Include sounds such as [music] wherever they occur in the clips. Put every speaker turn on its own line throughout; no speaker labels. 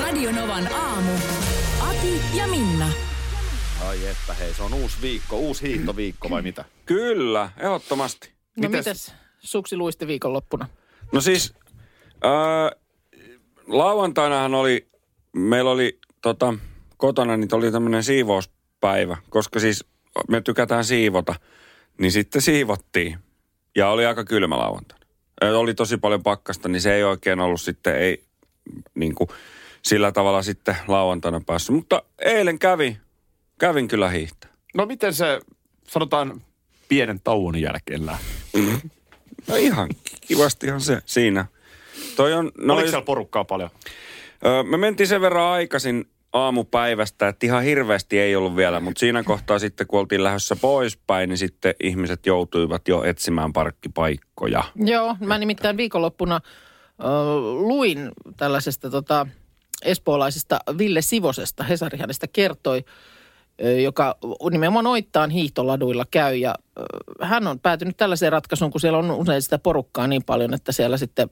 Radionovan aamu. Ati ja Minna.
Ai että hei, se on uusi viikko, uusi hiihtoviikko vai mitä?
Kyllä, ehdottomasti.
No mitäs, mitäs suksi luisti viikonloppuna?
No siis, öö, lauantainahan oli, meillä oli tota, kotona, niin oli tämmöinen siivouspäivä, koska siis me tykätään siivota, niin sitten siivottiin. Ja oli aika kylmä lauantaina. Ö, Oli tosi paljon pakkasta, niin se ei oikein ollut sitten, ei niin kuin, sillä tavalla sitten lauantaina päässyt. Mutta eilen kävi, kävin kyllä hiihtää.
No miten se, sanotaan, pienen tauon jälkeen lähti?
No ihan kivastihan se siinä. Toi on,
No,
no
Oliko
jos-
siellä porukkaa paljon?
Öö, me mentiin sen verran aikaisin aamupäivästä, että ihan hirveästi ei ollut vielä, mutta siinä kohtaa sitten, kun oltiin lähdössä poispäin, niin sitten ihmiset joutuivat jo etsimään parkkipaikkoja.
Joo, mä nimittäin viikonloppuna ö, luin tällaisesta tota, espoolaisesta Ville Sivosesta. Hesari hänestä kertoi, ö, joka nimenomaan oittaan hiihtoladuilla käy. Ja ö, hän on päätynyt tällaiseen ratkaisuun, kun siellä on usein sitä porukkaa niin paljon, että siellä sitten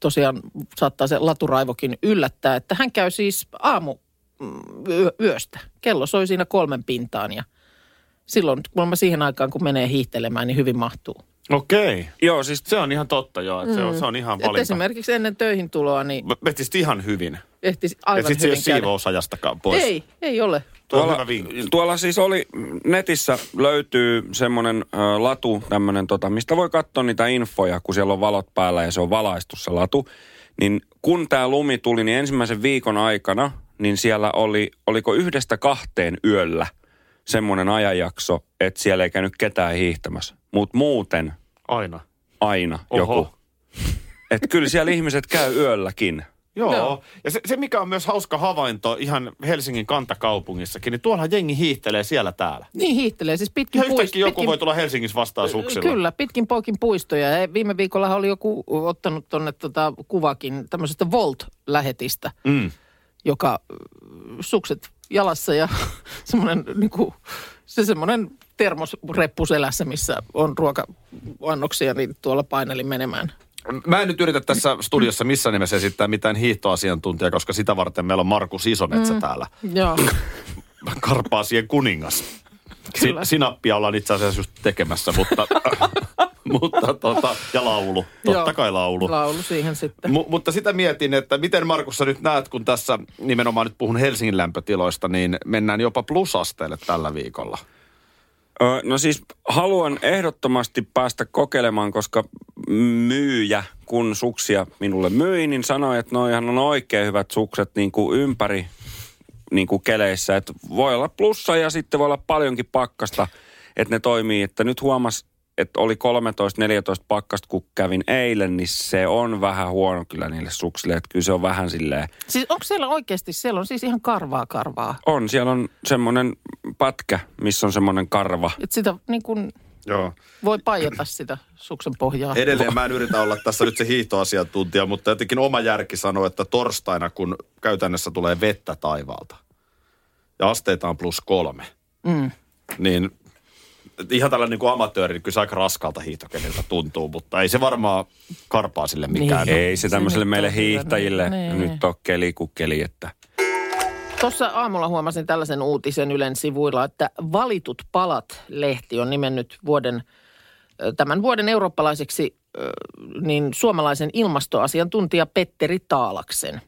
tosiaan saattaa se laturaivokin yllättää. Että hän käy siis aamu mm, yö, yöstä. Kello soi siinä kolmen pintaan ja silloin kuulemma siihen aikaan, kun menee hiihtelemään, niin hyvin mahtuu.
Okei. Okay.
Joo, siis
Se on ihan totta joo, että mm. se, on, se on ihan
Että
valinta.
esimerkiksi ennen töihin tuloa, niin
Mä- Vetisit ihan hyvin.
ehtisi
Aivan
aivan
et sit se ei ole
hyvin käydä.
siivousajastakaan pois.
Ei, ei ole.
Tuo on hyvä vinkki.
tuolla siis oli, netissä löytyy semmoinen ö, latu, tämmöinen, tota, mistä voi katsoa niitä infoja, kun siellä on valot päällä ja se on valaistu se latu. Niin kun tämä lumi tuli, niin ensimmäisen viikon aikana, niin siellä oli, oliko yhdestä kahteen yöllä semmoinen ajanjakso, että siellä ei käynyt ketään hiihtämässä. Mutta muuten
Aina.
aina
Oho.
joku. Että kyllä siellä ihmiset käy yölläkin.
Joo.
Joo.
Ja se, se, mikä on myös hauska havainto ihan Helsingin kantakaupungissakin, niin tuolla jengi hiihtelee siellä täällä.
Niin hiihtelee, siis pitkin
Ihan
puist-
yhtäkkiä joku
pitkin,
voi tulla Helsingissä vastaan suksilla.
Kyllä, pitkin poikin puistoja. Ja Viime viikolla oli joku ottanut tuonne tota kuvakin tämmöisestä Volt-lähetistä,
Mm.
joka mm, sukset jalassa ja [laughs] semmoinen niinku, se semmoinen termosreppu selässä, missä on ruoka-annoksia, niin tuolla painelin menemään.
Mä en nyt yritä tässä studiossa missään nimessä esittää mitään hiihtoasiantuntijaa, koska sitä varten meillä on Markus Isometsä mm. täällä.
Joo.
Karpaasien kuningas. Si-
Kyllä.
sinappia ollaan itse asiassa just tekemässä,
[laughs]
mutta, mutta tota, ja laulu. Totta
Joo.
kai laulu.
Laulu siihen sitten.
M- mutta sitä mietin, että miten Markus sä nyt näet, kun tässä nimenomaan nyt puhun Helsingin lämpötiloista, niin mennään jopa plusasteelle tällä viikolla.
Ö, No siis haluan ehdottomasti päästä kokeilemaan, koska myyjä, kun suksia minulle myi, niin sanoi, että noihan on oikein hyvät sukset niin kuin ympäri niin kuin keleissä. Että voi olla plussa ja sitten voi olla paljonkin pakkasta, että ne toimii. Että nyt huomas, että oli 13-14 pakkasta, kun kävin eilen, niin se on vähän huono kyllä niille suksille. Että kyllä se on vähän silleen,
Siis onko siellä oikeasti, siellä on siis ihan karvaa karvaa.
on, siellä on semmoinen pätkä, missä on semmoinen karva.
Et sitä niin kun
Joo.
voi paijata sitä suksen pohjaa.
Edelleen mä en yritä olla tässä nyt se hiihtoasiantuntija, mutta jotenkin oma järki sanoo, että torstaina, kun käytännössä tulee vettä taivaalta ja asteita on plus kolme,
Mm.
niin ihan tällainen niin kuin amatööri, niin kyllä se aika raskalta hiihtokeniltä tuntuu, mutta ei se varmaan karpaa sille mikään.
Niin.
Niin.
Ei se tämmöiselle
nyt on
meille
kyllä,
hiihtäjille
niin, niin.
nyt ole keli kuin keli, että
Tuossa aamulla huomasin tällaisen uutisen Ylen sivuilla, että Valitut palat-lehti on nimennyt vuoden, ö, tämän vuoden eurooppalaiseksi ö, niin suomalaisen ilmastoasiantuntija Petteri Taalaksen.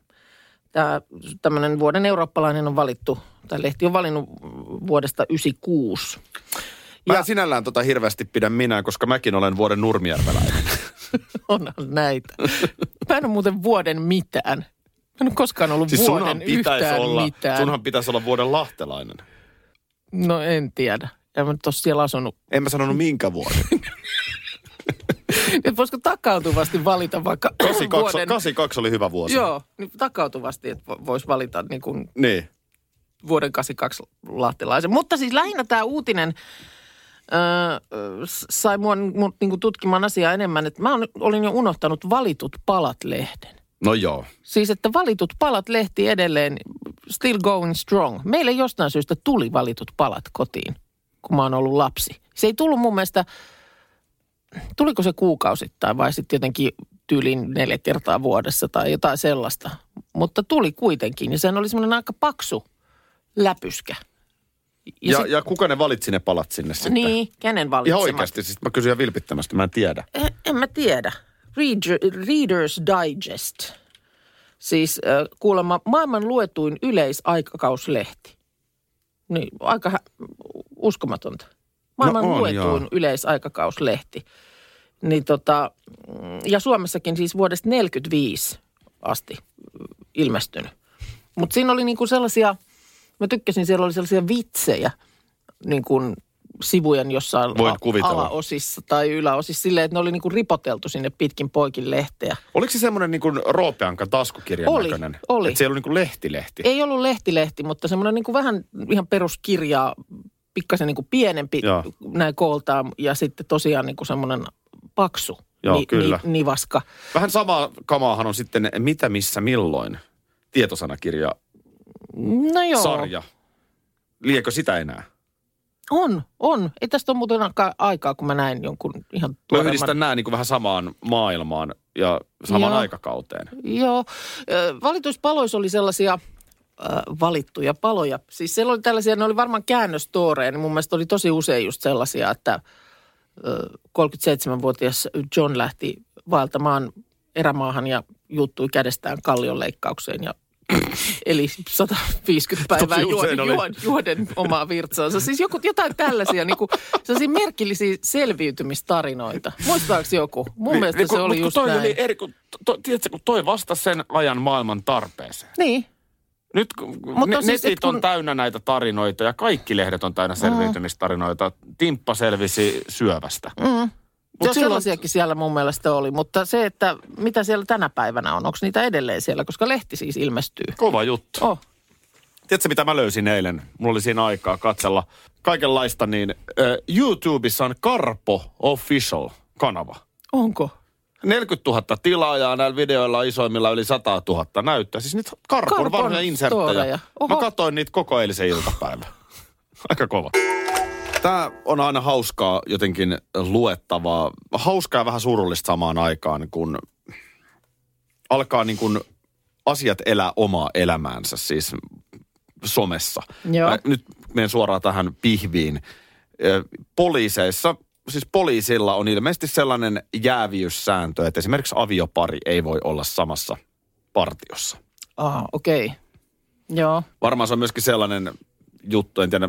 Tämä tämmöinen vuoden eurooppalainen on valittu, tai lehti on valinnut vuodesta [laughs] 96. Ja-
Mä ja. sinällään tota hirveästi pidän minä, koska mäkin olen vuoden nurmijärveläinen.
Onhan näitä. Mä en ole muuten vuoden mitään. Mä en ole koskaan ollut
Siis sunhan
vuoden
pitäisi,
yhtään
olla,
mitään.
sunhan pitäisi olla vuoden lahtelainen.
No en tiedä. En mä nyt ole siellä asunut. [laughs]
En mä sanonut minkä vuoden.
Nyt Niin, voisiko takautuvasti valita vaikka
82,
vuoden?
82 oli hyvä vuosi.
Joo, niin takautuvasti, että vo- voisi valita niin kuin
[clears throat] Niin.
vuoden 82 lahtilaisen. Mutta siis lähinnä tämä uutinen öö, s- sai mua mun, niin kuin tutkimaan asiaa enemmän, että mä on- olin jo unohtanut valitut palat-lehden.
No joo.
Siis, että valitut palat-lehti edelleen still going strong. Meille jostain syystä tuli valitut palat kotiin, kun mä oon ollut lapsi. Se ei tullut mun mielestä, tuliko se kuukausittain vai sitten jotenkin tyyliin neljä kertaa vuodessa tai jotain sellaista. Mutta tuli kuitenkin ja sehän oli semmoinen aika paksu läpyskä.
Ja, ja,
sit-
ja kuka ne valitsi ne palat sinne sitten?
niin, kenen
Ihan
valitsemat?
oikeasti, siis mä kysyn ihan vilpittömästi, mä en tiedä.
En, Eh, en mä tiedä. Reader, Reader's Digest. Siis äh, kuulemma maailman luetuin yleisaikakauslehti. Niin, aika hä- uskomatonta. Maailman
No on,
luetuin
joo.
yleisaikakauslehti. Niin tota, mm, ja Suomessakin siis vuodesta 45 asti mm, ilmestynyt. Mutta siinä oli niinku sellaisia, mä tykkäsin, siellä oli sellaisia vitsejä niin kuin sivujen jossain
Voin
a-
kuvitella.
alaosissa tai yläosissa silleen, että ne oli niin kuin ripoteltu sinne pitkin poikin lehteä.
Oliko se semmoinen niin kuin Roopeankan taskukirjan
Oli,
näköinen?
oli.
Että se ei ollut niin kuin lehtilehti.
Ei ollut lehtilehti, mutta semmoinen niin kuin vähän ihan peruskirjaa, pikkasen niin kuin pienempi
Joo.
näin kooltaan ja sitten tosiaan niin kuin semmoinen paksu
Joo, kyllä.
Ni, nivaska.
Vähän samaa kamaahan on sitten Mitä, missä, milloin? Tietosanakirja,
No joo.
Joo. sarja. Liekö sitä enää?
On, on. Ei tästä ole muuten aika- aikaa, kun mä näin jonkun ihan
Mä
tuoreemman.
yhdistän nämä niin kuin vähän samaan maailmaan ja samaan
Joo.
aikakauteen.
Joo. Ö, Valituspaloissa oli sellaisia ö, valittuja paloja. Siis siellä oli tällaisia, ne oli varmaan käännöstooreja, niin mun mielestä oli tosi usein just sellaisia, että ö, 37-vuotias John lähti vaeltamaan erämaahan ja juuttui kädestään kallion leikkaukseen ja [clears throat] Eli 150 päivää
Tosi usein
juoden,
oli.
juoden, juoden omaa virtsaansa. Siis joku, jotain tällaisia, niin kuin, sellaisia merkillisiä selviytymistarinoita. Muistaaks joku? Mun niin, mielestä niin, se
kun-
oli
mut kun
just
toi
näin.
Oli e- eri, kun, to, tiedätkö, kun toi vastasi sen ajan maailman tarpeeseen.
Niin,
Nyt kun
Mut
ne,
on
on
siis,
siis,
et
netit kun...
kun- Mm.
on täynnä näitä tarinoita ja kaikki lehdet on täynnä selviytymistarinoita. Timppa selvisi syövästä.
Mut
Mut
Joo,
silloin-
sellaisiakin siellä mun mielestä oli, mutta se, että mitä siellä tänä päivänä on, onko niitä edelleen siellä, koska lehti siis ilmestyy.
Kova juttu.
Oh,
Tiedätkö, mitä mä löysin eilen? Mulla oli siinä aikaa katsella kaikenlaista, niin ö, YouTubessa on Karpo Official-kanava.
onko?
40 000 tilaajaa näillä videoilla on isoimmilla yli 100 000 näyttää. Siis niitä Karpon,
Karpon
Karpon vanhoja
storeja.
inserttejä.
Oho.
Mä katsoin niitä koko eilisen iltapäivän. [laughs] Aika kova. Tämä on aina hauskaa jotenkin luettavaa. Hauskaa ja vähän surullista samaan aikaan, kun alkaa niin kuin asiat elää omaa elämäänsä siis somessa.
Joo.
Mä nyt menen suoraan tähän pihviin. Ö, Poliiseissa, siis poliisilla on ilmeisesti sellainen jääviyssääntö, että esimerkiksi aviopari ei voi olla samassa partiossa.
Ah, okei. Okay. Joo.
Varmaan se on myöskin sellainen juttu, en tiedä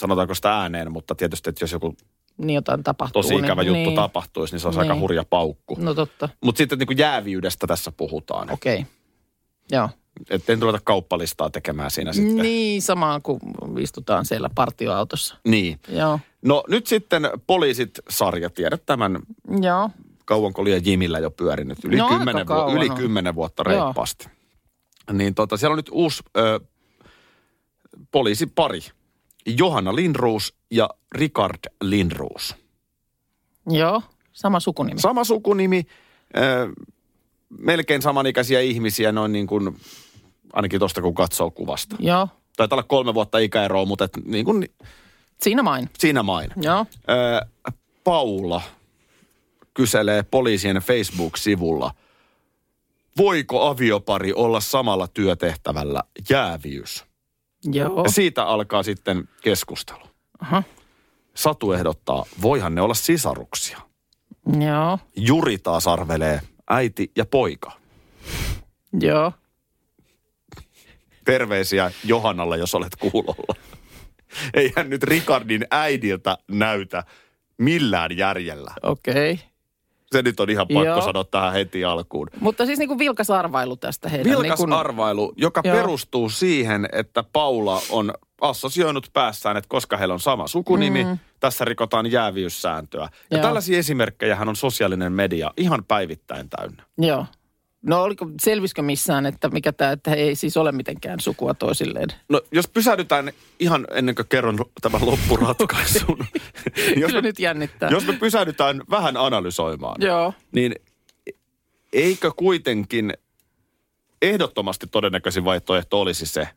sanotaanko sitä ääneen, mutta tietysti, että jos joku
Niin jotain tapahtuu.
tosi ikävä
niin,
juttu
niin.
tapahtuisi, niin se olisi aika
Niin.
hurja paukku.
No totta,
Mutta sitten niin kuin jääviydestä tässä puhutaan. Okay.
okei. Okay. Joo.
Että en ruveta kauppalistaa tekemään siinä sitten.
Niin, samaan kuin istutaan siellä partioautossa.
niin.
Joo.
No nyt sitten poliisit-sarja, tiedät tämän,
Joo.
kauanko liian Jimillä jo pyörinyt, yli,
No, aika
kymmenen, vu-
kauan
yli
on.
kymmenen vuotta
Joo.
reippaasti. Niin tota, siellä on nyt uusi ö, poliisipari, Johanna Lindroos ja Richard Lindroos.
Joo. Sama sukunimi.
Sama sukunimi, ö, melkein samanikäisiä ihmisiä, noin niin kuin, ainakin tuosta kun katsoo kuvasta.
Joo.
Taitaa olla kolme vuotta ikäeroa, mutta et, niin kuin,
Siinä main.
siinä main.
Joo.
Ö, Paula kyselee poliisien Facebook-sivulla, voiko aviopari olla samalla työtehtävällä jääviys?
Joo.
Ja siitä alkaa sitten keskustelu. [laughs]
Aha.
Satu ehdottaa, voihan ne olla sisaruksia.
Joo.
Juri taas arvelee, äiti ja poika.
Joo.
Terveisiä Johannalla, jos olet kuulolla. Eihän nyt Rikardin äidiltä näytä millään järjellä.
Okei.
Se nyt on ihan pakko
Joo.
sanoa tähän heti alkuun.
Mutta siis niin kuin vilkas arvailu tästä heidän.
Vilkas
niin kuin,
arvailu, joka
Joo.
perustuu siihen, että Paula on assosioinut päässään, että koska heillä on sama sukunimi, mm. tässä rikotaan jääviyssääntöä. Ja
Joo.
tällaisia esimerkkejähän on sosiaalinen media ihan päivittäin täynnä.
Joo. No oliko, selvisikö missään, että mikä tämä, että he ei siis ole mitenkään sukua toisilleen?
No, jos pysähdytään ihan ennen kuin kerron tämän
[laughs]
loppuratkaisun. jos,
Kyllä
me,
nyt jännittää.
jos me pysähdytään vähän analysoimaan,
Joo.
niin eikö kuitenkin ehdottomasti todennäköisin vaihtoehto olisi se,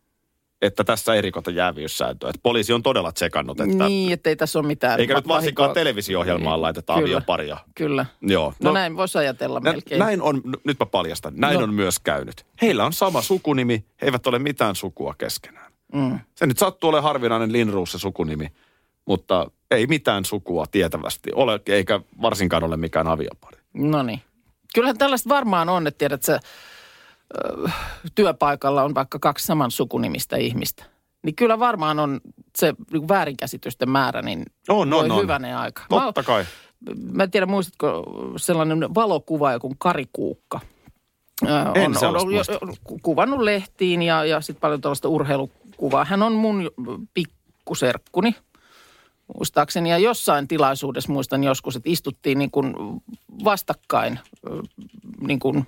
että tässä ei rikota jääviyssääntöä. Että poliisi on todella tsekannut, että
Niin, ettei tässä ole mitään.
eikä nyt
va-
varsinkaan
vahinkoa.
televisio-ohjelmaan laiteta
Kyllä.
avioparia.
Kyllä.
Joo.
No, no näin voisi ajatella
nä-
melkein.
näin on, n- nyt mä paljastan, näin
No.
on myös käynyt. Heillä on sama sukunimi, he eivät ole mitään sukua keskenään.
Mm.
Se nyt sattuu olemaan harvinainen Linruus se sukunimi, mutta ei mitään sukua tietävästi ole, eikä varsinkaan ole mikään aviopari.
No niin. Kyllähän tällaista varmaan on, että tiedät sä, ö, työpaikalla on vaikka kaksi saman sukunimistä ihmistä. Niin kyllä varmaan on se niin kuin väärinkäsitysten määrä, niin
On,
voi
on, on.
hyvänen aika. Mä, oon-
Totta kai.
mä en tiedä, muistatko sellainen valokuva, joku Karikuukka. Ö,
En
on, on,
sellaista
on,
muista.
on ku- kuvannut lehtiin ja, ja sitten paljon tällaista urheilukuvaa. Hän on mun pikkuserkkuni, muistaakseni. Ja jossain tilaisuudessa muistan joskus, että istuttiin niin kuin vastakkain ö, niin kuin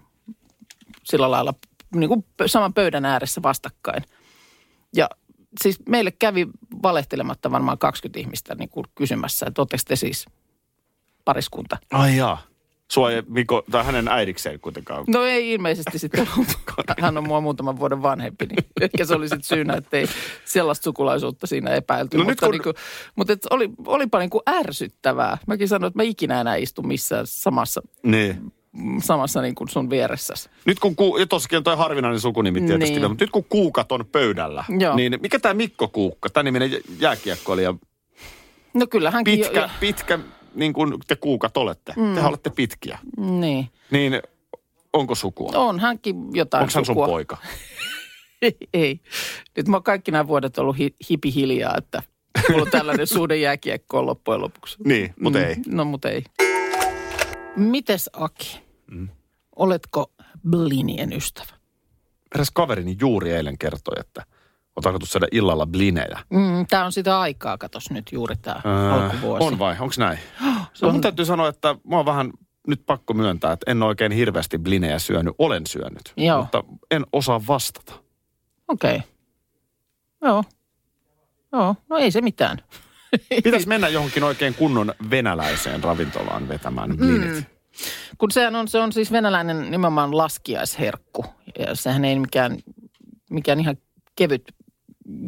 sillä lailla niin kuin pö- saman pöydän ääressä vastakkain. Ja siis meille kävi valehtelematta varmaan 20 ihmistä niin kuin kysymässä, että oletteko te siis pariskunta.
Ai jaa. Sua ei Miko, tai hänen äidikseen kuitenkaan.
No ei ilmeisesti sitten ollut. Hän on mua muutaman vuoden vanhempi, niin ehkä se oli sitten syynä, että ei sellaista sukulaisuutta siinä epäilty.
No nyt
mutta
kun-
niin kuin, mutta et oli, olipa niin kuin ärsyttävää. Mäkin sanoin, että mä ikinä enää istu missään samassa,
Niin.
samassa niin kuin sun vieressäsi.
Nyt kun, ku, ja tossakin on toi harvinainen sukunimi tietysti,
Niin.
niin. mutta nyt kun kuukat on pöydällä,
Joo.
niin mikä tämä Mikko Kuukka, tämä niminen jä- jääkiekkoilija,
No kyllähän
pitkä, pitkä, niin kuin te kuukat olette, mm. tehän olette pitkiä,
Niin.
niin onko sukua?
On hänkin jotain
Onko hän sun
sukua.
poika?
[laughs] Ei. Nyt mä oon kaikki nämä vuodet ollut hi- hipi hiljaa, että mulla on
[laughs]
tällainen suhde jääkiekkoon loppujen lopuksi.
Niin, mutta mm. ei.
No, mutta ei. Mites Aki? Mm. Oletko Blinien ystävä?
Eräs kaverini juuri eilen kertoi, että on tarkoitus saada illalla blinejä.
Mm, tämä on sitä aikaa, katos nyt juuri tämä alkuvuosi.
on vai? Onko näin?
Se
No,
on,
mun täytyy sanoa, että mä oon vähän nyt pakko myöntää, että en oikein hirveästi blinejä syönyt. Olen syönyt,
Joo.
mutta en osaa vastata.
Okei. Okay. Joo. Joo, no ei se mitään.
Pitäisi mennä johonkin oikein kunnon venäläiseen ravintolaan vetämään blinit. Mm.
Kun sehän on, se on siis venäläinen nimenomaan laskiaisherkku. Ja sehän ei mikään, mikään ihan kevyt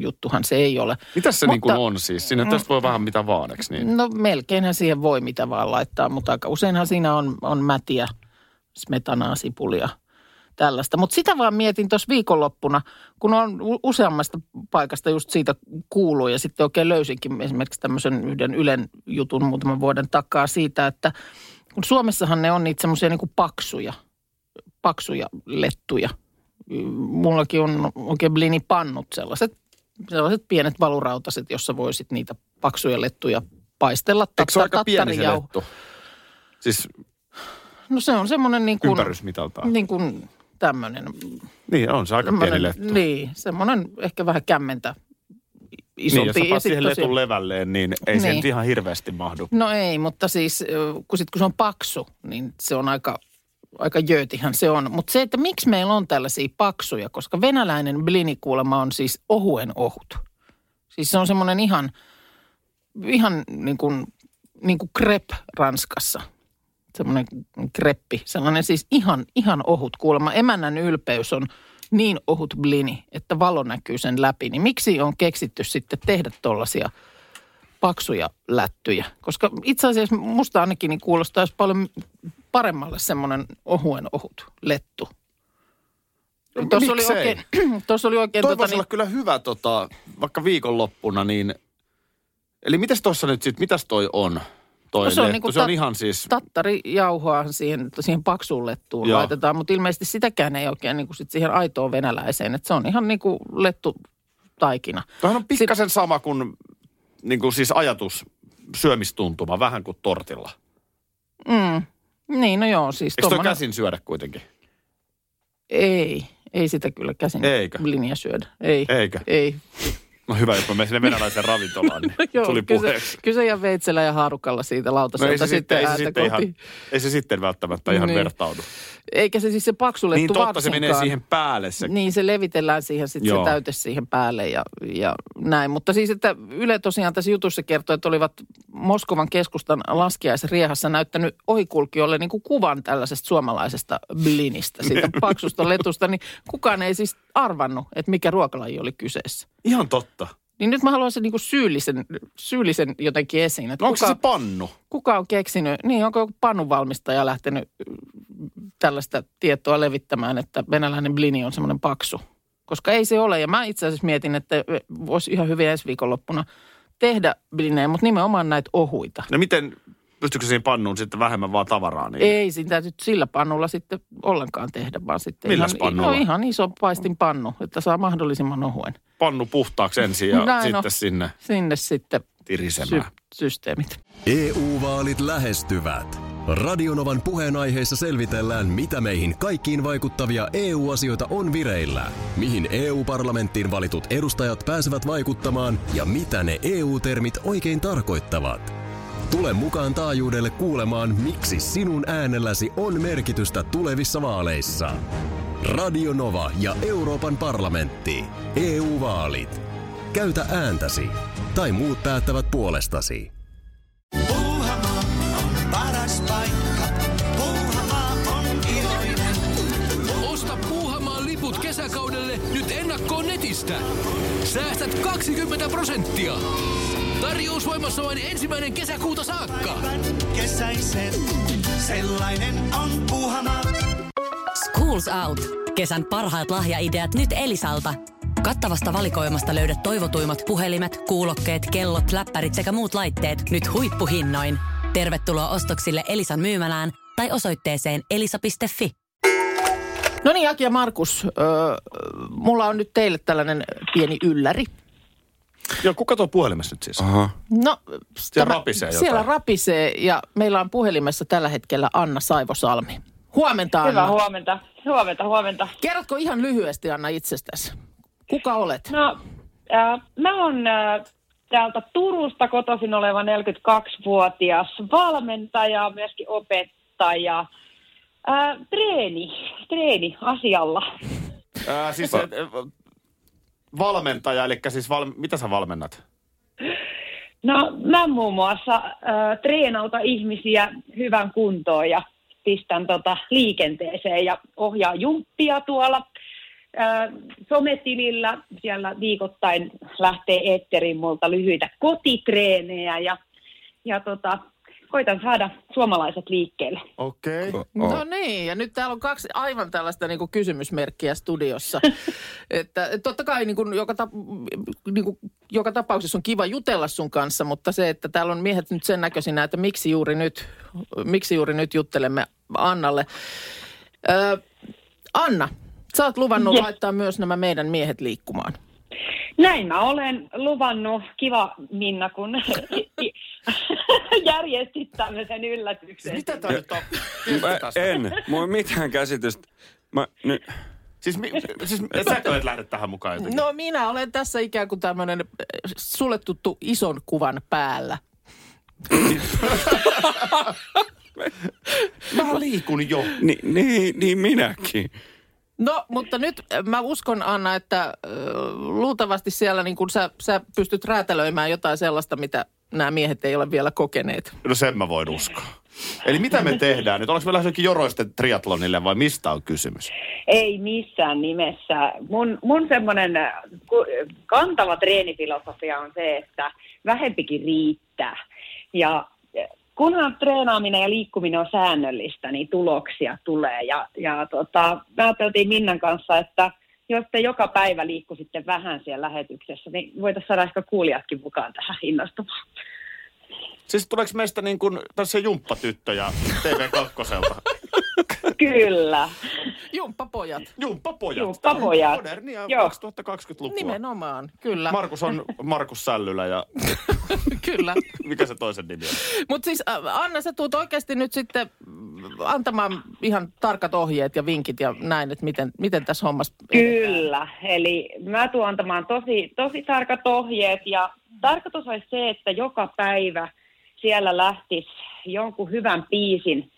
juttuhan se ei ole.
Mitäs se
Mutta-
niin kuin on siis? Siinä tästä voi vähän mitä vaan, eks niin?
No melkeinhän siihen voi mitä vaan laittaa, mutta aika useinhan siinä on, on mätiä, smetanaa, sipulia, tällaista. Mutta sitä vaan mietin tuossa viikonloppuna, kun on u- useammasta paikasta just siitä kuuluu ja sitten oikein löysinkin esimerkiksi tämmöisen yhden Ylen jutun muutaman vuoden takaa siitä, että kun Suomessahan ne on niitä semmoisia niinku paksuja, paksuja lettuja. Mullakin on oikein blinipannut sellaiset, sellaiset pienet valurautaset, jossa voisit niitä paksuja lettuja paistella.
Eikö se ole
Tat-
aika pieni se
tattarijauho-
lettu? Siis
No se on semmoinen niin kuin,
ympärysmitaltaan.
niin kuin tämmöinen.
Niin, on se aika pieni lettu.
Niin, semmoinen ehkä vähän kämmentä
Niin,
isompi.
jos sä
ja
paat
sit
siihen
tosiaan-
letun levälleen, niin ei niin. se
Niin.
nyt ihan hirveästi mahdu.
No ei, mutta siis ö, kun, sit, kun se on paksu, niin se on aika, aika jöötihän se on. Mutta se, että miksi meillä on tällaisia paksuja, koska venäläinen blinikuulema on siis ohuen ohut. Siis se on semmoinen ihan, ihan niin kuin, niin kuin krep Ranskassa. Semmoinen kreppi, sellainen siis ihan, ihan ohut kuulemma. Emännän ylpeys on niin ohut blini, että valo näkyy sen läpi. Niin miksi on keksitty sitten tehdä tuollaisia – paksuja lättyjä. Koska itse asiassa musta ainakin niin kuulostaisi paljon paremmalle semmoinen ohuen ohut lettu.
No,
Tuossa oli
miksei?
oikein, [clears throat] tuossa oli oikein
Toi
tota,
voisi
niin,
olla kyllä hyvä tota, vaikka viikonloppuna, niin... Eli mitäs tuossa nyt sitten, mitäs toi on? Toi
No se on
lettu?
niinku
se on
tat-
ihan siis...
tattarijauhoa siihen, siihen paksuun lettuun
Joo.
laitetaan, mutta ilmeisesti sitäkään ei oikein niin kuin sit siihen aitoon venäläiseen. Et se on ihan niin kuin lettu taikina.
Tuohan on pikkasen sama kuin, niinku niin kuin siis ajatus, syömistuntuma, vähän kuin tortilla.
Mm. Niin, no joo, siis
Eikö toi
tommonen-
käsin syödä kuitenkin?
Ei, ei sitä kyllä käsin
Eikö?
linja syödä. Ei.
Eikö?
Ei.
No hyvä, jos mä menen sinne venäläiseen
[laughs]
ravintolaan, niin
No Joo,
tuli
kyse-
puheeksi.
Kyse ja veitsellä ja haarukalla siitä
No
lautaselta
ei se, sitten, ei, se
ääntä
sitten ihan,
kohti.
ei se sitten välttämättä ihan
Niin.
vertaudu.
Eikä se siis se paksulettu
Niin totta, se
varsinkaan.
menee siihen päälle se.
Niin, se levitellään siihen, sitten se
Joo.
täyte siihen päälle ja, ja näin. Mutta siis, että Yle tosiaan tässä jutussa kertoi, että olivat Moskovan keskustan laskiaisriehassa näyttänyt ohikulkijoille niin kuin kuvan tällaisesta suomalaisesta blinistä,
[laughs]
siitä paksusta letusta, niin kukaan ei siis arvannut, että mikä ruokalaji oli kyseessä.
Ihan totta.
Niin nyt mä haluan sen niin kuin syyllisen, syyllisen jotenkin esiin. Että
No onko se
kuka,
se pannu?
kuka on keksinyt, niin onko joku pannunvalmistaja lähtenyt mm, tällaista tietoa levittämään, että venäläinen blini on semmoinen paksu? Koska ei se ole. Ja mä itse asiassa mietin, että voisi ihan hyvin ensi viikonloppuna tehdä blinejä, mutta nimenomaan näitä ohuita.
No miten, pystyykö siihen pannuun sitten vähemmän vaan tavaraa? Niin?
Ei siinä täytyy sillä pannulla sitten ollenkaan tehdä, vaan sitten
Milläs
ihan,
pannulla?
no, ihan iso paistinpannu, että saa mahdollisimman ohuen.
Pannu puhtaaksi ensin
[laughs]
ja
Näin
sitten
on.
sinne
Sinne sitten sy-
tirisemään.
systeemit.
EU-vaalit E lähestyvät. Radionovan puheenaiheessa selvitellään, mitä meihin kaikkiin vaikuttavia EU-asioita on vireillä, mihin EU-parlamenttiin valitut edustajat pääsevät vaikuttamaan ja mitä ne EU-termit oikein tarkoittavat. Tule mukaan taajuudelle kuulemaan, miksi sinun äänelläsi on merkitystä tulevissa vaaleissa. Radio Nova ja Euroopan parlamentti. EU-vaalit. Käytä ääntäsi. Tai muut päättävät puolestasi.
Puuhamaa on paras paikka. Puuhamaa on iloinen.
Osta Puuhamaan liput kesäkaudelle nyt ennakkoon netistä. Säästät 20 prosenttia. Tarjous voimassa vain ensimmäinen kesäkuuta saakka.
Kesäisen. Sellainen on Puuhamaa.
Schools Out. Kesän parhaat lahjaideat nyt Elisalta. Kattavasta valikoimasta löydät toivotuimmat puhelimet, kuulokkeet, kellot, läppärit sekä muut laitteet nyt huippuhinnoin. Tervetuloa ostoksille Elisan myymälään tai osoitteeseen elisa.fi.
No niin, Aki ja Markus, öö, mulla on nyt teille tällainen pieni ylläri.
Joo, kuka tuo puhelimessa nyt siis?
Aha.
No,
Siellä rapisee jotain.
Siellä rapisee ja meillä on puhelimessa tällä hetkellä Anna Saivosalmi. Huomenta Anna.
Hyvää huomenta. Huomenta, huomenta.
Kerrotko ihan lyhyesti Anna itsestäsi? Kuka olet?
No, äh, mä oon äh, täältä Turusta kotoisin oleva 42-vuotias valmentaja, myöskin opettaja. Äh, treeni, treeni asialla.
Ää, siis et, et, valmentaja, eli siis valme, mitä sä valmennat?
No, mä muun muassa äh, treenauta ihmisiä hyvän kuntoon ja pistän tota liikenteeseen ja ohjaa jumppia tuolla äh, sometilillä. Siellä viikoittain lähtee eetteriin multa lyhyitä kotitreenejä ja, ja tota, koitan saada suomalaiset liikkeelle.
Okei. Okay.
No niin, ja nyt täällä on kaksi aivan tällaista niin kuin kysymysmerkkiä studiossa. että et totta kai niin kuin joka, tap, niin kuin joka tapauksessa on kiva jutella sun kanssa, mutta se, että täällä on miehet nyt sen näköisinä, että miksi juuri nyt, miksi juuri nyt juttelemme Annalle. Ö, Anna, sä oot luvannut
Yes.
laittaa myös nämä meidän miehet liikkumaan.
Näin mä olen luvannut. Kiva Minna, kun [laughs] järjestit tämmöisen yllätyksen.
Mitä tää nyt on?
Mä
Tästä.
en. Mulla ei mitään käsitystä. Mä, nyt,
Siis, mi, siis et säkö et lähde tähän mukaan jotenkin?
No minä olen tässä ikään kuin tämmöinen äh, sulle tuttu ison kuvan päällä.
Mä liikun jo.
ni, niin, niin minäkin.
No, mutta nyt äh, mä uskon, Anna, että äh, luultavasti siellä niin kun sä, sä pystyt räätälöimään jotain sellaista, mitä nämä miehet ei ole vielä kokeneet.
No sen mä voin uskoa. Eli mitä me tehdään nyt? Ollaanko me lähdössä jonnekin joroisten triatlonille vai mistä on kysymys?
Ei missään nimessä. Mun, mun semmoinen kantava treenifilosofia on se, että vähempikin riittää. Ja eh, kunhan treenaaminen ja liikkuminen on säännöllistä, niin tuloksia tulee. Ja, ja tota, me ajateltiin Minnan kanssa, että jos te joka päivä liikkuisitte vähän siellä lähetyksessä, niin voitaisiin saada ehkä kuulijatkin mukaan tähän innostumaan.
Siis tuleeko meistä niin kuin tässä jumppatyttö ja TV2?
Kyllä.
Jumppapojat,
Jumppapojat.
Jumppapojat.
Modernia
Joo.
2020-lukua.
nimenomaan, kyllä,
Markus on Markus Sällylä ja
[laughs] kyllä.
mikä se toisen nimi on? [laughs]
Mutta siis äh, Anna, sä tuut oikeasti nyt sitten mm, antamaan ihan tarkat ohjeet ja vinkit ja näin, että miten, miten tässä hommassa
Kyllä, eli mä tuon antamaan tosi, tosi tarkat ohjeet ja tarkoitus olisi se, että joka päivä siellä lähtisi jonkun hyvän piisin,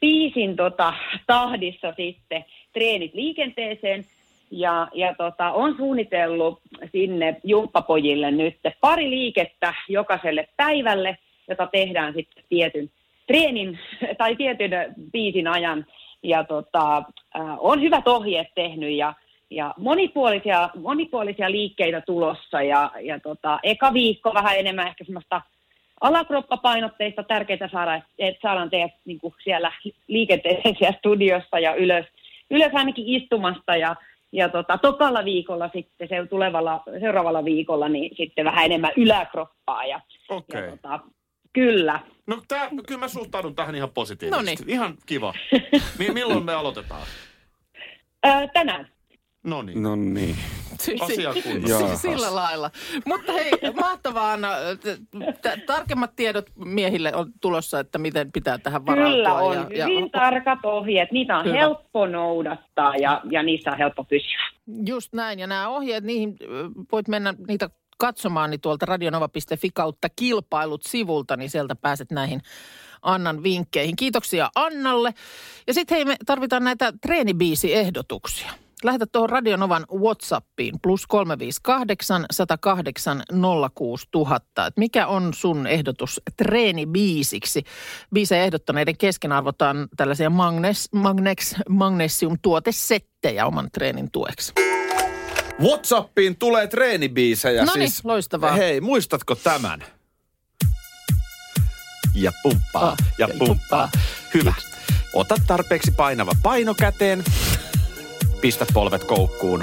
piisin tota, tahdissa sitten treenit liikenteeseen ja, ja tota, on suunnitellut sinne jumppapojille nyt pari liikettä jokaiselle päivälle, jota tehdään sitten tietyn treenin tai tietyn biisin ajan. Ja tota, äh, on hyvät ohjeet tehnyt ja, ja monipuolisia, monipuolisia liikkeitä tulossa. Ja, ja tota, eka viikko vähän enemmän ehkä semmoista alakroppapainotteista tärkeää saada, että saadaan teidät niin kuin siellä liikenteeseen siellä studiossa ja ylös, ylös ainakin istumasta ja, ja tota, tokalla viikolla sitten, se tulevalla, seuraavalla viikolla, niin sitten vähän enemmän yläkroppaa. Ja,
Okei.
ja tota, kyllä,
No tää, kyllä mä suhtaudun tähän ihan positiivisesti.
Noniin.
Ihan kiva. Mi- milloin me aloitetaan?
Ö, tänään.
No niin.
No niin.
[laughs] Si- si-
Asia kunnossa.
si-
Jaahas.
Sillä lailla. Mutta hei, mahtavaa Anna. T- t- Tarkemmat tiedot miehille on tulossa, että miten pitää tähän varautua.
Kyllä on. Niin,
ja- ja-
Hyvin tarkat ohjeet. Niitä on
Kyllä.
helppo noudattaa ja, ja niissä on helppo pysyä.
Just näin. Ja nämä ohjeet, niihin ö, voit mennä niitä katsomaan niin tuolta radionova.fi kautta kilpailut sivulta, niin sieltä pääset näihin Annan vinkkeihin. Kiitoksia Annalle. Ja sitten hei, me tarvitaan näitä treenibiisi-ehdotuksia. Lähetä tuohon Radionovan Whatsappiin, plus 358 108 06000. Et mikä on sun ehdotus treenibiisiksi? Biisejä ehdottaneiden kesken arvotaan tällaisia magnes, magnex, magnesium-tuotesettejä oman treenin tueksi.
Whatsappiin tulee treenibiisejä.
Noniin,
siis,
loistavaa.
Hei, muistatko tämän? Ja pumppaa,
Ah,
Oh, ja
ja
pumppaa.
pumppaa.
Hyvä. Ota tarpeeksi painava paino käteen. Pistä polvet koukkuun.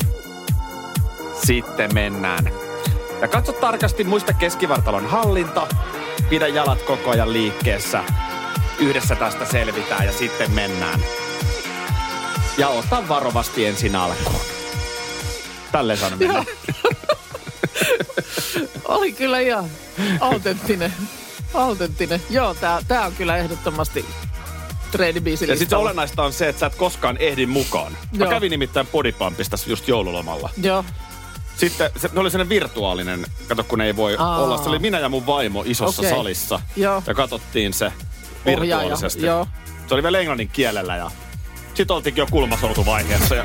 Sitten mennään. Ja katso tarkasti, muista keskivartalon hallinta. Pidä jalat koko ajan liikkeessä. Yhdessä tästä selvitään ja sitten mennään. Ja ota varovasti ensin alkuun. Tälleen sanon mennä.
Oli kyllä ihan autenttinen. autenttinen. Joo, tää, tää on kyllä ehdottomasti treenibiisi
Ja sitten olennaista on se, että sä et koskaan ehdi mukaan. Mä
Joo.
kävin nimittäin Bodypumpista just joululomalla.
Joo,
Sitten se, ne oli sellainen virtuaalinen, kato kun ei voi
Aa.
olla. Se oli minä ja mun vaimo isossa
Okei.
salissa.
Joo.
Ja katsottiin se
Ohjaaja,
virtuaalisesti.
joo.
Se oli vielä englannin kielellä ja sit oltiinkin jo kulmasoltuvaiheessa.
[laughs]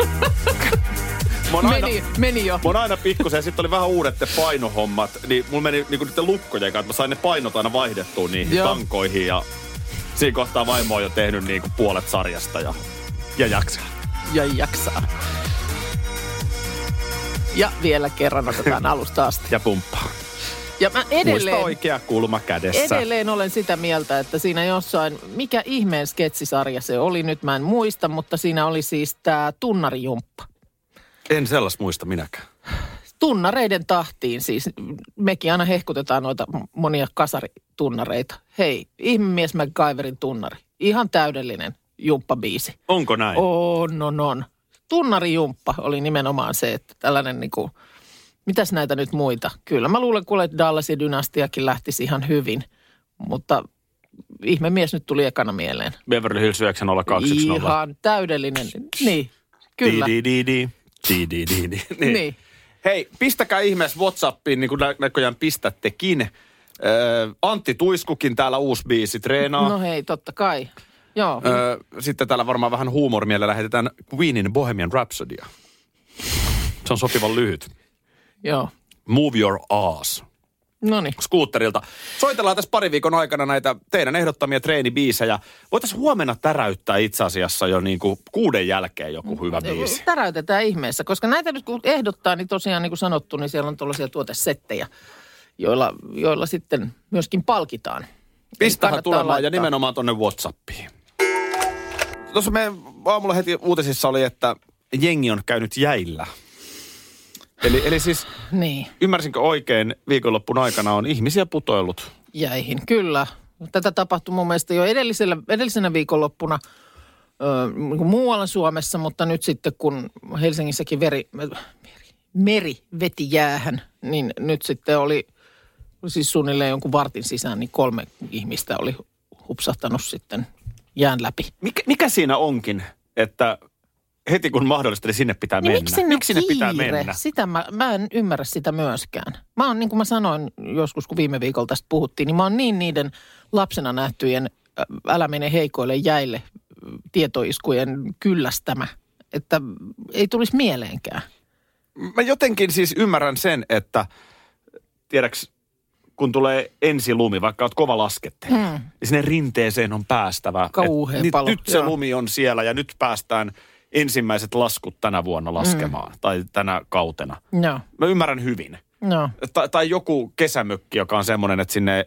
Ja... mä oon aina,
meni, meni jo.
mä oon aina pikkusen ja sitten oli vähän uudet ne painohommat. Niin mulla meni niinku niiden lukkojen kanssa. Mä sain ne painot aina vaihdettua niihin
Joo.
tankoihin ja siinä kohtaa vaimo on jo tehnyt niinku puolet sarjasta ja, ja jaksaa.
Ja jaksaa. Ja vielä kerran
[laughs]
otetaan alusta asti.
ja pumppaa.
Ja mä
Muista
edelleen,
oikea kulma kädessä.
edelleen olen sitä mieltä, että siinä jossain, mikä ihmeen sketsisarja se oli, nyt mä en muista, mutta siinä oli siis tämä tunnarijumppa.
En sellaista muista minäkään.
tunnareiden tahtiin siis. Mekin aina hehkutetaan noita monia kasaritunnareita. Hei, ihmemies MacGyverin tunnari. Ihan täydellinen jumppabiisi.
Onko näin?
On, on, on. Tunnarijumppa oli nimenomaan se, että tällainen niinku, mitäs näitä nyt muita? Kyllä mä luulen, kuule, että Dallasin dynastiakin lähtisi ihan hyvin, mutta ihmemies nyt tuli ekana mieleen.
Beverly Hills 90210.
Ihan täydellinen, niin, kyllä.
Di-di-di-di.
[laughs]
Di-di-di-di. Niin.
Niin.
Hei, pistäkää ihmeessä Whatsappiin, niin kuin nä- näköjään pistättekin. Öö, Antti Tuiskukin täällä uusi biisi treenaa.
No hei, totta kai. Joo.
Öö, sitten täällä varmaan vähän huumorimielellä lähetetään Queenin Bohemian Rhapsodya. Se on sopivan lyhyt.
Joo.
Move your ass.
No niin.
skuutterilta. Soitellaan tässä pari viikon aikana näitä teidän ehdottamia treenibiisejä. Voitaisiin huomenna täräyttää itse asiassa jo niin kuin kuuden jälkeen joku hyvä biisi.
Täräytetään ihmeessä, koska näitä nyt kun ehdottaa, niin tosiaan niin kuin sanottu, niin siellä on tuollaisia tuotesettejä, joilla, joilla sitten myöskin palkitaan.
Pistähän
kannattaa
tulemaan ja
laittaa.
nimenomaan tonne Whatsappiin. Tuossa me aamulla heti uutisissa oli, että jengi on käynyt jäillä. Eli, eli siis
Niin,
ymmärsinkö oikein, viikonloppun aikana on ihmisiä putoillut.
jäihin, kyllä. Tätä tapahtui mun mielestä jo edellisellä, edellisenä viikonloppuna ö, niin kuin muualla Suomessa, mutta nyt sitten kun Helsingissäkin veri, meri, meri veti jäähän, niin nyt sitten oli siis suunnilleen jonkun vartin sisään, niin kolme ihmistä oli hupsahtanut sitten jään läpi.
Mikä, mikä siinä onkin, että heti kun mahdollista, niin sinne pitää
Niin
mennä?
miksi sinne,
miksi sinne pitää
kiire?
mennä?
Sitä mä, mä en ymmärrä sitä myöskään. Mä oon, niin kuin mä sanoin joskus, kun viime viikolla tästä puhuttiin, niin mä oon niin niiden lapsena nähtyjen ä, älä mene heikoille jäille ä, tietoiskujen kyllästämä, että ei tulisi mieleenkään.
Mä jotenkin siis ymmärrän sen, että tiedäks, kun tulee ensi lumi, vaikka oot kova laskettelija, mm. niin sinne rinteeseen on päästävä. Et
Kauhea
nyt,
palo,
nyt se
joo.
lumi on siellä ja nyt päästään ensimmäiset laskut tänä vuonna laskemaan mm. tai tänä kautena.
No,
Mä ymmärrän hyvin.
no.
tai, tai joku kesämökki, joka on semmoinen, että sinne,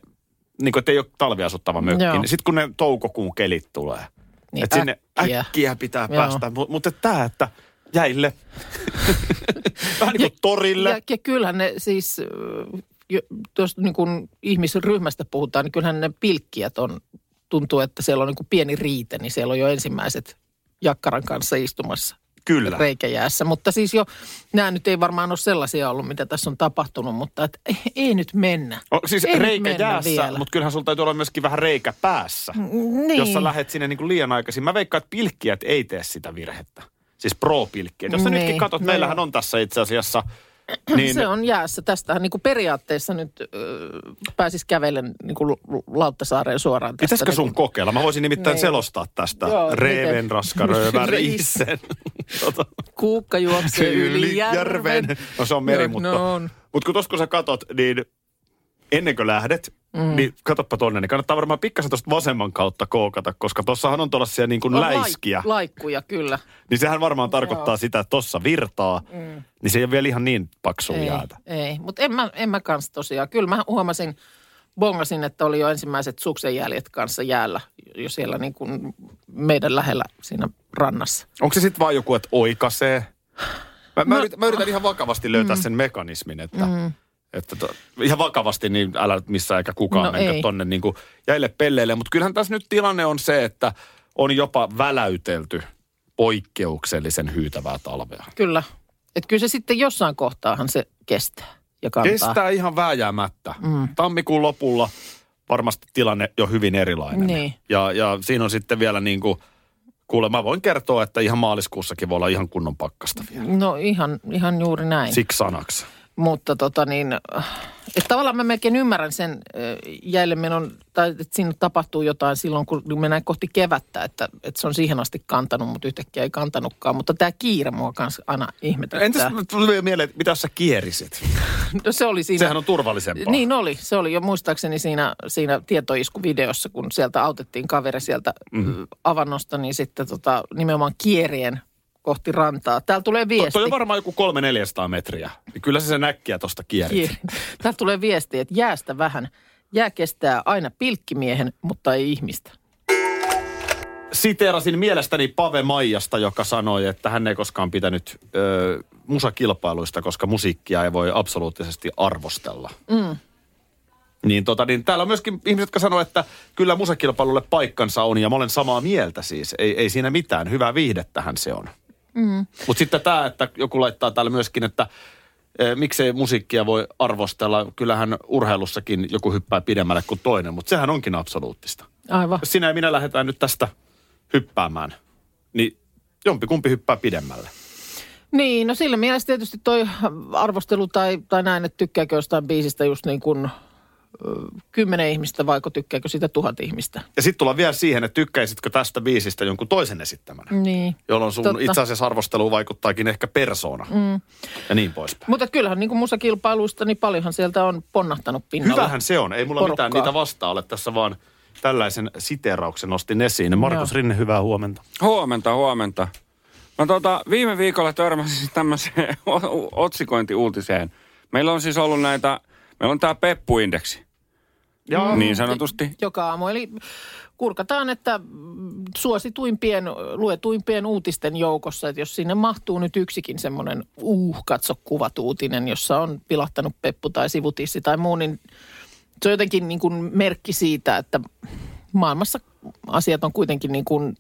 niin kuin, että ei ole talviasuttava mökki.
Joo.
Niin sitten kun ne toukokuun kelit tulee,
Niin
että sinne
äkkiä.
äkkiä pitää
Joo.
päästä. Mutta mut tämä, että
[laughs]
jäille, vähän niin kuin torille.
Ja, ja kyllähän ne siis, äh, jo- jos niin kuin ihmisryhmästä puhutaan, niin kyllähän ne pilkkijät on, tuntuu, että siellä on niin kuin pieni riite, niin siellä on jo ensimmäiset jakkaran kanssa istumassa
Kyllä.
reikäjäässä. Mutta siis jo, nämä nyt ei varmaan ole sellaisia ollut, mitä tässä on tapahtunut, mutta et, ei, ei nyt mennä.
O, siis
ei nyt
reikä
mennä
jäässä,
vielä.
mutta kyllähän sulla täytyy olla myöskin vähän reikä päässä,
niin.
jos sä lähet sinne niin kuin liian aikaisin. Mä veikkaan, että pilkkijät ei tee sitä virhettä. Siis pro-pilkkijät. Jos sä
Niin,
nytkin katsot,
no
meillähän
joo.
on tässä
[clears throat]
itse asiassa, niin
Se on jäässä. Tästähän niin kuin periaatteessa nyt äh, pääsis kävellen niin kuin Lauttasaareen suoraan tästä.
Pitäisikö sun
niin
kokeilla? Mä voisin nimittäin
Niin.
selostaa tästä.
Joo, miten? Niin. [laughs]
Reven raskarööväri issen. Tota,
kuin Kuukka
[laughs]
juoksee yli järven.
No se on meri, mutta...
No, on.
Mutta kun tossa kun sä katot, niin ennen kuin lähdet, mm. niin katoppa tonne, niin kannattaa varmaan pikkasen tuosta vasemman kautta kookata, koska tossahan on tuollaisia niin kuin
On
läiskiä.
Laik- laikkuja, kyllä.
Niin sehän varmaan tarkoittaa
Joo.
sitä, että tossa virtaa, mm. niin se ei ole vielä ihan niin paksua
Ei,
jäätä.
ei. mutta en mä, en mä kans tosiaan. Kyllä mä huomasin, bongasin, että oli jo ensimmäiset suksenjäljet kanssa jäällä, jo siellä niin kuin meidän lähellä siinä rannassa.
Onko se sitten vaan joku, että oikasee? Mä, mä, yritän, mä yritän ihan vakavasti löytää mm. sen mekanismin, että, mm. että to, ihan vakavasti niin älä missään eikä kukaan
No
no menkö ei.
ei.
tonne niin kuin jäille pelleille. Mutta kyllähän tässä nyt tilanne on se, että on jopa väläytelty poikkeuksellisen hyytävää talvea.
Kyllä. Että kyllä se sitten jossain kohtaahan se kestää ja kantaa.
Kestää ihan vääjäämättä. Mm. Tammikuun lopulla varmasti tilanne jo hyvin erilainen.
Niin.
Ja, ja siinä on sitten vielä niin kuin, kuule mä voin kertoa, että ihan maaliskuussakin voi olla ihan kunnon pakkasta vielä.
No ihan, ihan juuri näin.
Siksi sanaksi.
Mutta tota niin, että tavallaan mä melkein ymmärrän sen äh, jäille menon, tai että siinä tapahtuu jotain silloin, kun mennään kohti kevättä, että, että se on siihen asti kantanut, mutta yhtäkkiä ei kantanutkaan. Mutta tämä kiire mua kanssa aina ihmetyttää.
Entäs tuli mieleen, että mitä jos sä kierisit?
No se oli siinä.
Sehän on turvallisempaa.
Niin oli, se oli jo muistaakseni siinä, siinä tietoiskuvideossa, kun sieltä autettiin kaveri sieltä
Mm-hmm.
mm. avannosta, niin sitten tota, nimenomaan kierien kohti rantaa. Täällä tulee
To-
viesti.
Toi on varmaan joku 300-400 metriä. Niin Kyllä se sen äkkiä tosta kierit.
Kiire. Täällä tulee viesti, että jäästä vähän. Jää kestää aina pilkkimiehen, mutta ei ihmistä.
Siteerasin mielestäni Pave Maijasta, joka sanoi, että hän ei koskaan pitänyt ö, musakilpailuista, koska musiikkia ei voi absoluuttisesti arvostella. Mm. Niin, tota, niin täällä on myöskin ihmiset, jotka sanoo, että kyllä musakilpailulle paikkansa on ja mä olen samaa mieltä siis. Ei, ei siinä mitään. Hyvää viihdettähän se on. Mutta sitten tämä, että joku laittaa täällä myöskin, että eh, miksei musiikkia voi arvostella. Kyllähän urheilussakin joku hyppää pidemmälle kuin toinen, mutta sehän onkin absoluuttista.
Aivan.
Jos sinä ja minä lähdetään nyt tästä hyppäämään, niin jompikumpi hyppää pidemmälle.
Niin, no sillä mielessä tietysti toi arvostelu tai, tai näin, että tykkääkö jostain biisistä just niin kuin ö, kymmenen ihmistä vaiko tykkääkö sitä tuhat ihmistä.
Ja sitten tullaan vielä siihen, että tykkäisitkö tästä biisistä jonkun toisen esittämänä, mm.
Niin.
jolloin sun Totta.
Totta.
itse asiassa arvosteluun vaikuttaakin ehkä persoona mm. ja niin poispäin.
Mutta kyllähän niin kuin musakilpailuista, niin paljonhan sieltä on ponnahtanut pinnalle.
Hyvähän se on. Ei mulla
Porukkaa.
mitään niitä vastaan ole. Tässä vaan tällaisen siteerauksen nostin esiin. Markus
Joo.
Rinne, hyvää huomenta.
Huomenta, huomenta. Mä tota, viime viikolla törmäsin siis tämmöiseen [laughs] o- o- otsikointiuutiseen. Meillä on siis ollut näitä, meillä on tämä Peppu-indeksi,
Joo.
niin sanotusti.
Joka aamu. Eli kurkataan, että mm, suosituimpien, luetuimpien uutisten joukossa, että jos sinne mahtuu nyt yksikin semmoinen uh, katso kuvat uutinen, jossa on pilahtanut peppu tai sivutissi tai muu, niin se on jotenkin niin kuin merkki siitä, että maailmassa asiat on kuitenkin niin kuin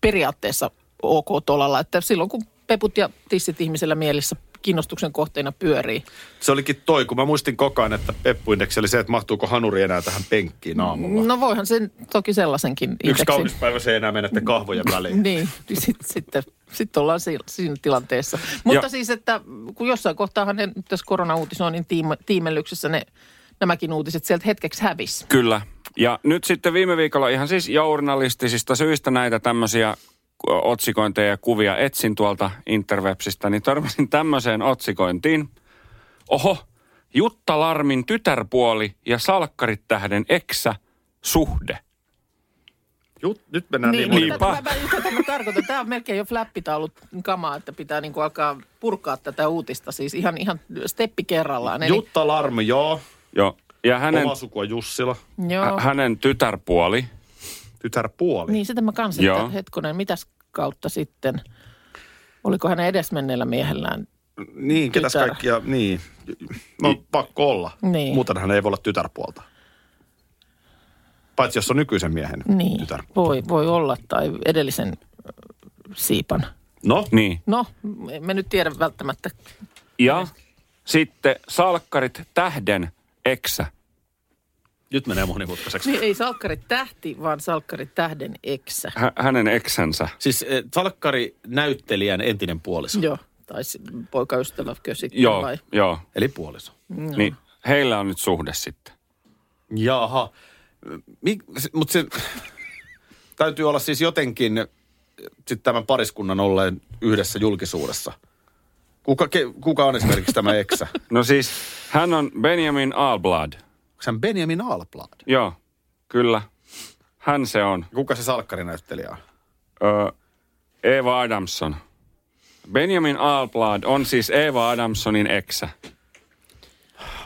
periaatteessa ok tolalla. Että silloin kun peput ja tissit ihmisellä mielessä kiinnostuksen kohteena pyörii.
Se olikin toi, kun mä muistin koko ajan, että peppuindeksi oli se, että mahtuuko hanuri enää tähän penkkiin aamulla.
No voihan sen toki sellaisenkin
Yksi
indeksin-
kaunis päivä se ei enää menette kahvojen
[laughs]
väliin.
Niin, niin sit, sitten sit ollaan si- siinä tilanteessa. Mutta
Ja-
siis, että kun jossain kohtaahan ne nyt tässä koronauutisoinnin tiim- tiimellyksessä ne, nämäkin uutiset sieltä hetkeksi hävis.
Kyllä. Ja nyt sitten viime viikolla ihan siis journalistisista syistä näitä tämmöisiä otsikointeja ja kuvia etsin tuolta interwebsistä, niin törmäsin tämmöiseen otsikointiin. Oho, Jutta Larmin tytärpuoli ja salkkarit tähden eksä suhde.
Jut, nyt mennään niin, niin
mutta
monimutkaisesti.
niinpä.
tätä, mä- tätä mä tarkoitan. Tämä on melkein jo flappitaulut kamaa, että pitää niinku alkaa purkaa tätä uutista. Siis ihan, ihan steppi kerrallaan. Eli,
Jutta Larmi, joo.
Joo. Ja hänen,
Oma sukua Jussila.
joo.
hä- hänen tytärpuoli,
Tytär puoli.
Niin, sitä mä kans, että
Joo.
hetkonen, mitäs kautta sitten? Oliko hänen edesmenneellä miehellään?
Niin, ketäs
Tytär.
kaikkia, niin. No, pakko olla.
Niin.
Muutenhan ei voi olla tytärpuolta. Paitsi jos on nykyisen miehen
Niin,
tytär.
voi, voi olla, tai edellisen ö, siipan.
No,
niin.
No, me nyt tiedä välttämättä.
Ja sitten salkkarit tähden eksä.
nyt menee monimutkaiseksi.
Niin, ei salkkarit tähti, vaan salkkarit tähden eksä.
Hä- hänen eksänsä.
Siis talkkari näyttelijän entinen puoliso.
Joo, tai se poikaystäväkö sitten
Joo,
vai?
joo.
Eli puoliso.
Niin heillä on nyt suhde sitten.
Jaha. Mutta se täytyy olla siis jotenkin sit tämän pariskunnan olleen yhdessä julkisuudessa. Kuka, ke, kuka on esimerkiksi tämä [laughs] eksä? Onko
No siis, hän on Benjamin Alblad.
hän Benjamin Alblad?
Joo, kyllä. Hän se on.
Kuka se salkkarinäyttelijä on?
Ö, Eva Adamson. Benjamin Alblad on siis Eva Adamsonin eksä.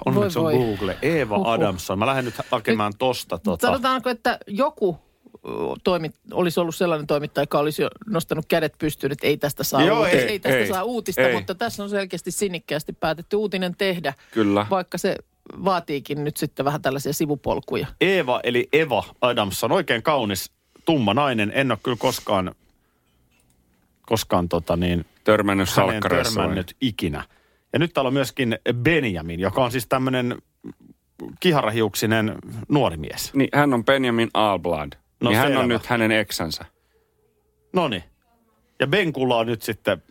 Onneksi
voi.
on Google. Eeva
Huhhuh.
Adamson. Mä lähden nyt hakemaan tosta.
Tota.
Tota.
Sanotaanko, että joku ö, toimit, olisi ollut sellainen toimittaja, joka olisi jo nostanut kädet pystyyn, että ei tästä saa,
Joo,
uutista,
ei,
ei, tästä
ei,
saa uutista,
ei.
mutta tässä on selkeästi sinnikkäästi päätetty uutinen tehdä,
Kyllä.
vaikka se vaatiikin nyt sitten vähän tällaisia sivupolkuja.
Eeva eli Eva Adamson. Oikein kaunis, tumma nainen. En ole kyllä koskaan, koskaan tota niin,
Törmännyt
häneen
salkkareissa.
törmännyt ikinä. Ja nyt täällä on myöskin Benjamin, joka on siis tämmöinen kiharahiuksinen nuori mies.
Niin, hän on Benjamin Alblad.
No
No, niin hän
selvä.
on nyt hänen eksänsä.
Noni. Ja Benkulla on nyt sitten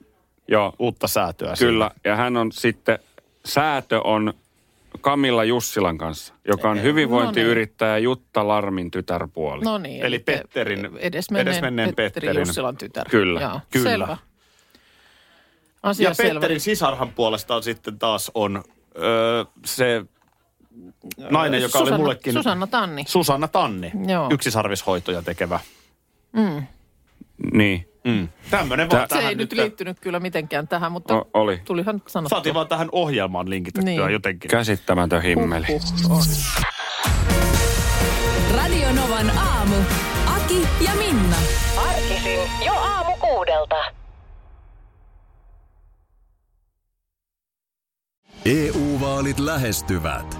Joo,
uutta säätöä.
kyllä. Ja hän on sitten, säätö on Kamilla Jussilan kanssa, joka on
No niin.
hyvinvointiyrittäjä Jutta Larmin tytarpuoli.
No niin.
Eli Petterin-
edesmenneen,
edesmenneen
Petteri
Petterin.
Jussilan tytär.
Kyllä,
Joo,
kyllä.
Selvä.
Siinä.
Asia
Ja
selvä.
Petterin sisarhan puolestaan sitten taas on öö, se nainen, joka
Susanna,
oli mullekin...
Susanna Tanni.
Susanna Tanni,
Joo.
yksisarvishoitoja tekevä.
Niin,
Mm. Tämmönen vaan
Se
tähän
ei nyt liittynyt kyllä mitenkään tähän, mutta
o- oli.
tulihan sanottua.
Saatiin vaan tähän ohjelmaan linkitettyä
Niin.
jotenkin.
Käsittämätön himmeli.
Huh, huh, on.
Radio Novan aamu. Aki ja Minna.
Arkisin jo aamu kuudelta.
EU-vaalit E lähestyvät.